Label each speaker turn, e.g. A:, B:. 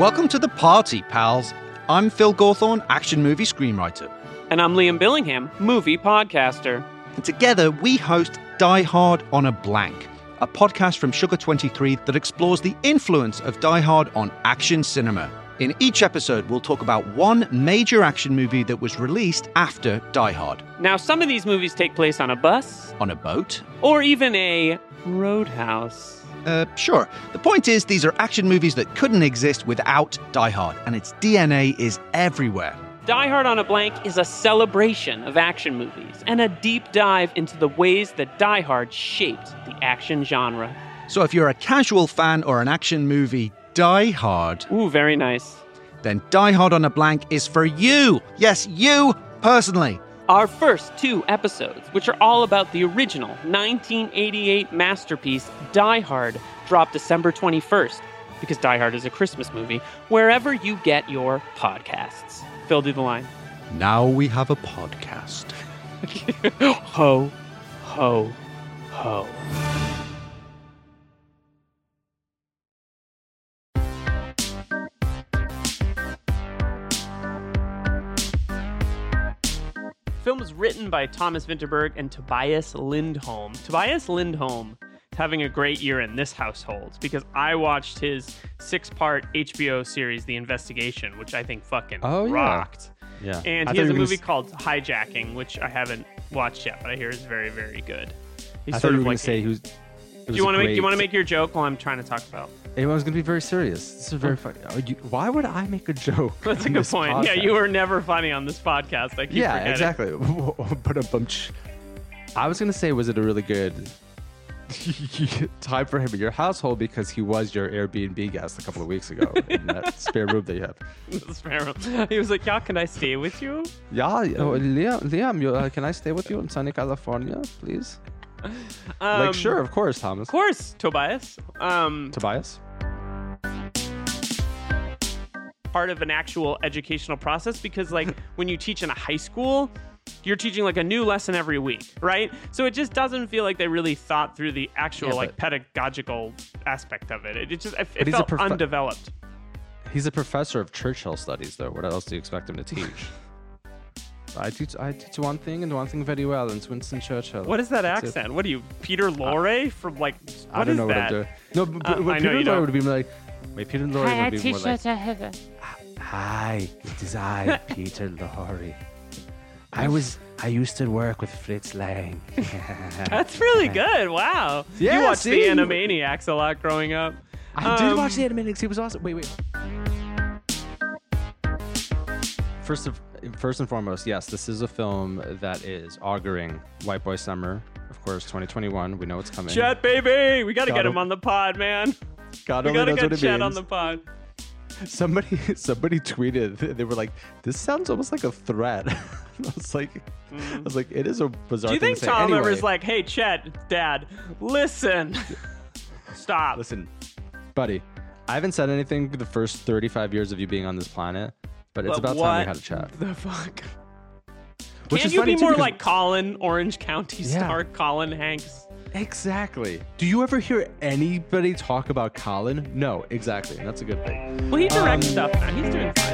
A: Welcome to the party, pals. I'm Phil Gawthorne, action movie screenwriter.
B: And I'm Liam Billingham, movie podcaster.
A: And together we host Die Hard on a Blank, a podcast from Sugar23 that explores the influence of Die Hard on action cinema. In each episode, we'll talk about one major action movie that was released after Die Hard
B: Now, some of these movies take place on a bus
A: on a boat.
B: or even a roadhouse.
A: Uh, sure. The point is, these are action movies that couldn't exist without Die Hard, and its DNA is everywhere.
B: Die Hard on a Blank is a celebration of action movies and a deep dive into the ways that Die Hard shaped the action genre.
A: So if you're a casual fan or an action movie Die Hard,
B: Ooh, very nice.
A: then Die Hard on a Blank is for you. Yes, you personally.
B: Our first two episodes, which are all about the original 1988 masterpiece Die Hard, drop December 21st, because Die Hard is a Christmas movie, wherever you get your podcasts. Phil, do the line.
A: Now we have a podcast.
B: ho, ho, ho. Film was written by Thomas Vinterberg and Tobias Lindholm. Tobias Lindholm is having a great year in this household because I watched his six-part HBO series, The Investigation, which I think fucking
C: Oh, yeah.
B: rocked.
C: Yeah.
B: And
C: I
B: he has
C: thought you
B: a
C: were
B: movie
C: gonna,
B: called Hijacking, which I haven't watched yet, but I hear is very, very good. He's
C: I thought
B: sort
C: you
B: of
C: were gonna
B: like.
C: say who's.
B: do you want to make? Do you want to make your joke while I'm trying to talk about?
C: Everyone's gonna be very serious. This is very funny. Oh, why would I make a joke?
B: Oh. That's a
C: on
B: good
C: this
B: point. Yeah,
C: podcast?
B: you were never funny on this podcast. I keep
C: Yeah,
B: forgetting.
C: exactly. but a bunch. I was gonna say, was it a really good time for him in your household because he was your Airbnb guest a couple of weeks ago in that spare room that you have.
B: This man- he was like, "Yeah, can I stay with you?"
C: Yeah, yeah. Oh, Liam, Liam, you, uh, can I stay with you in sunny California, please?
B: Um,
C: like, sure, of course, Thomas.
B: of course, Tobias. Um,
C: Tobias.
B: part of an actual educational process because like when you teach in a high school you're teaching like a new lesson every week right so it just doesn't feel like they really thought through the actual
C: Yeah,
B: like pedagogical aspect of it it, it just it, it
C: he's a
B: felt
C: prof-
B: undeveloped
C: He's a professor of Churchill studies, though. What else do you expect him to teach? I teach I teach one thing and one thing very well, and it's Winston Churchill.
B: what is that
C: That's it. Uh,
B: accent what are you peter lorre from like what
C: I don't
B: is
C: know
B: that
C: what I'm doing. No, but,
B: Uh,
C: but, but
B: I know
C: Peter
B: you
C: Lorre
B: don't.
C: would be like, wait, Peter Lorre
D: Hi, I
C: would be more
D: teach
C: like,
D: us a heaven.
C: "Hi, it is I, Peter Lorre. I was I used to work with Fritz Lang.
B: that's really good wow
C: Yeah,
B: you watched
C: see?
B: the animaniacs a lot growing up
C: I did watch
B: Um,
C: the Animaniacs. He was awesome. Wait, wait. First of first and foremost, yes, this is a film that is auguring White Boy Summer. Of course, 2021. We know it's coming.
B: Chet, baby, we gotta
C: Got
B: get
C: him.
B: him on the pod, man.
C: God
B: We
C: only
B: gotta
C: knows
B: get
C: what it
B: Chet on
C: means.
B: the pod.
C: Somebody somebody tweeted. They were like, "This sounds almost like a threat." I was like, "I was like, it is a
B: Mm.
C: bizarre."
B: Do you
C: thing
B: think
C: to say.
B: Tom
C: anyway,
B: ever is like, hey, Chet, Dad, listen, stop.
C: Listen, buddy, I haven't said anything the first 35 years of you being on this planet, but
B: But
C: it's about
B: what
C: time we had a chat.
B: The fuck?
C: Which
B: Can
C: is
B: you
C: funny
B: be
C: too,
B: more
C: because-
B: like Colin, Orange County
C: Yeah.
B: star Colin Hanks?
C: Exactly. Do you ever hear anybody talk about Colin? No, exactly. And that's a good thing. Um,
B: Well, he directs stuff now. He's doing fine.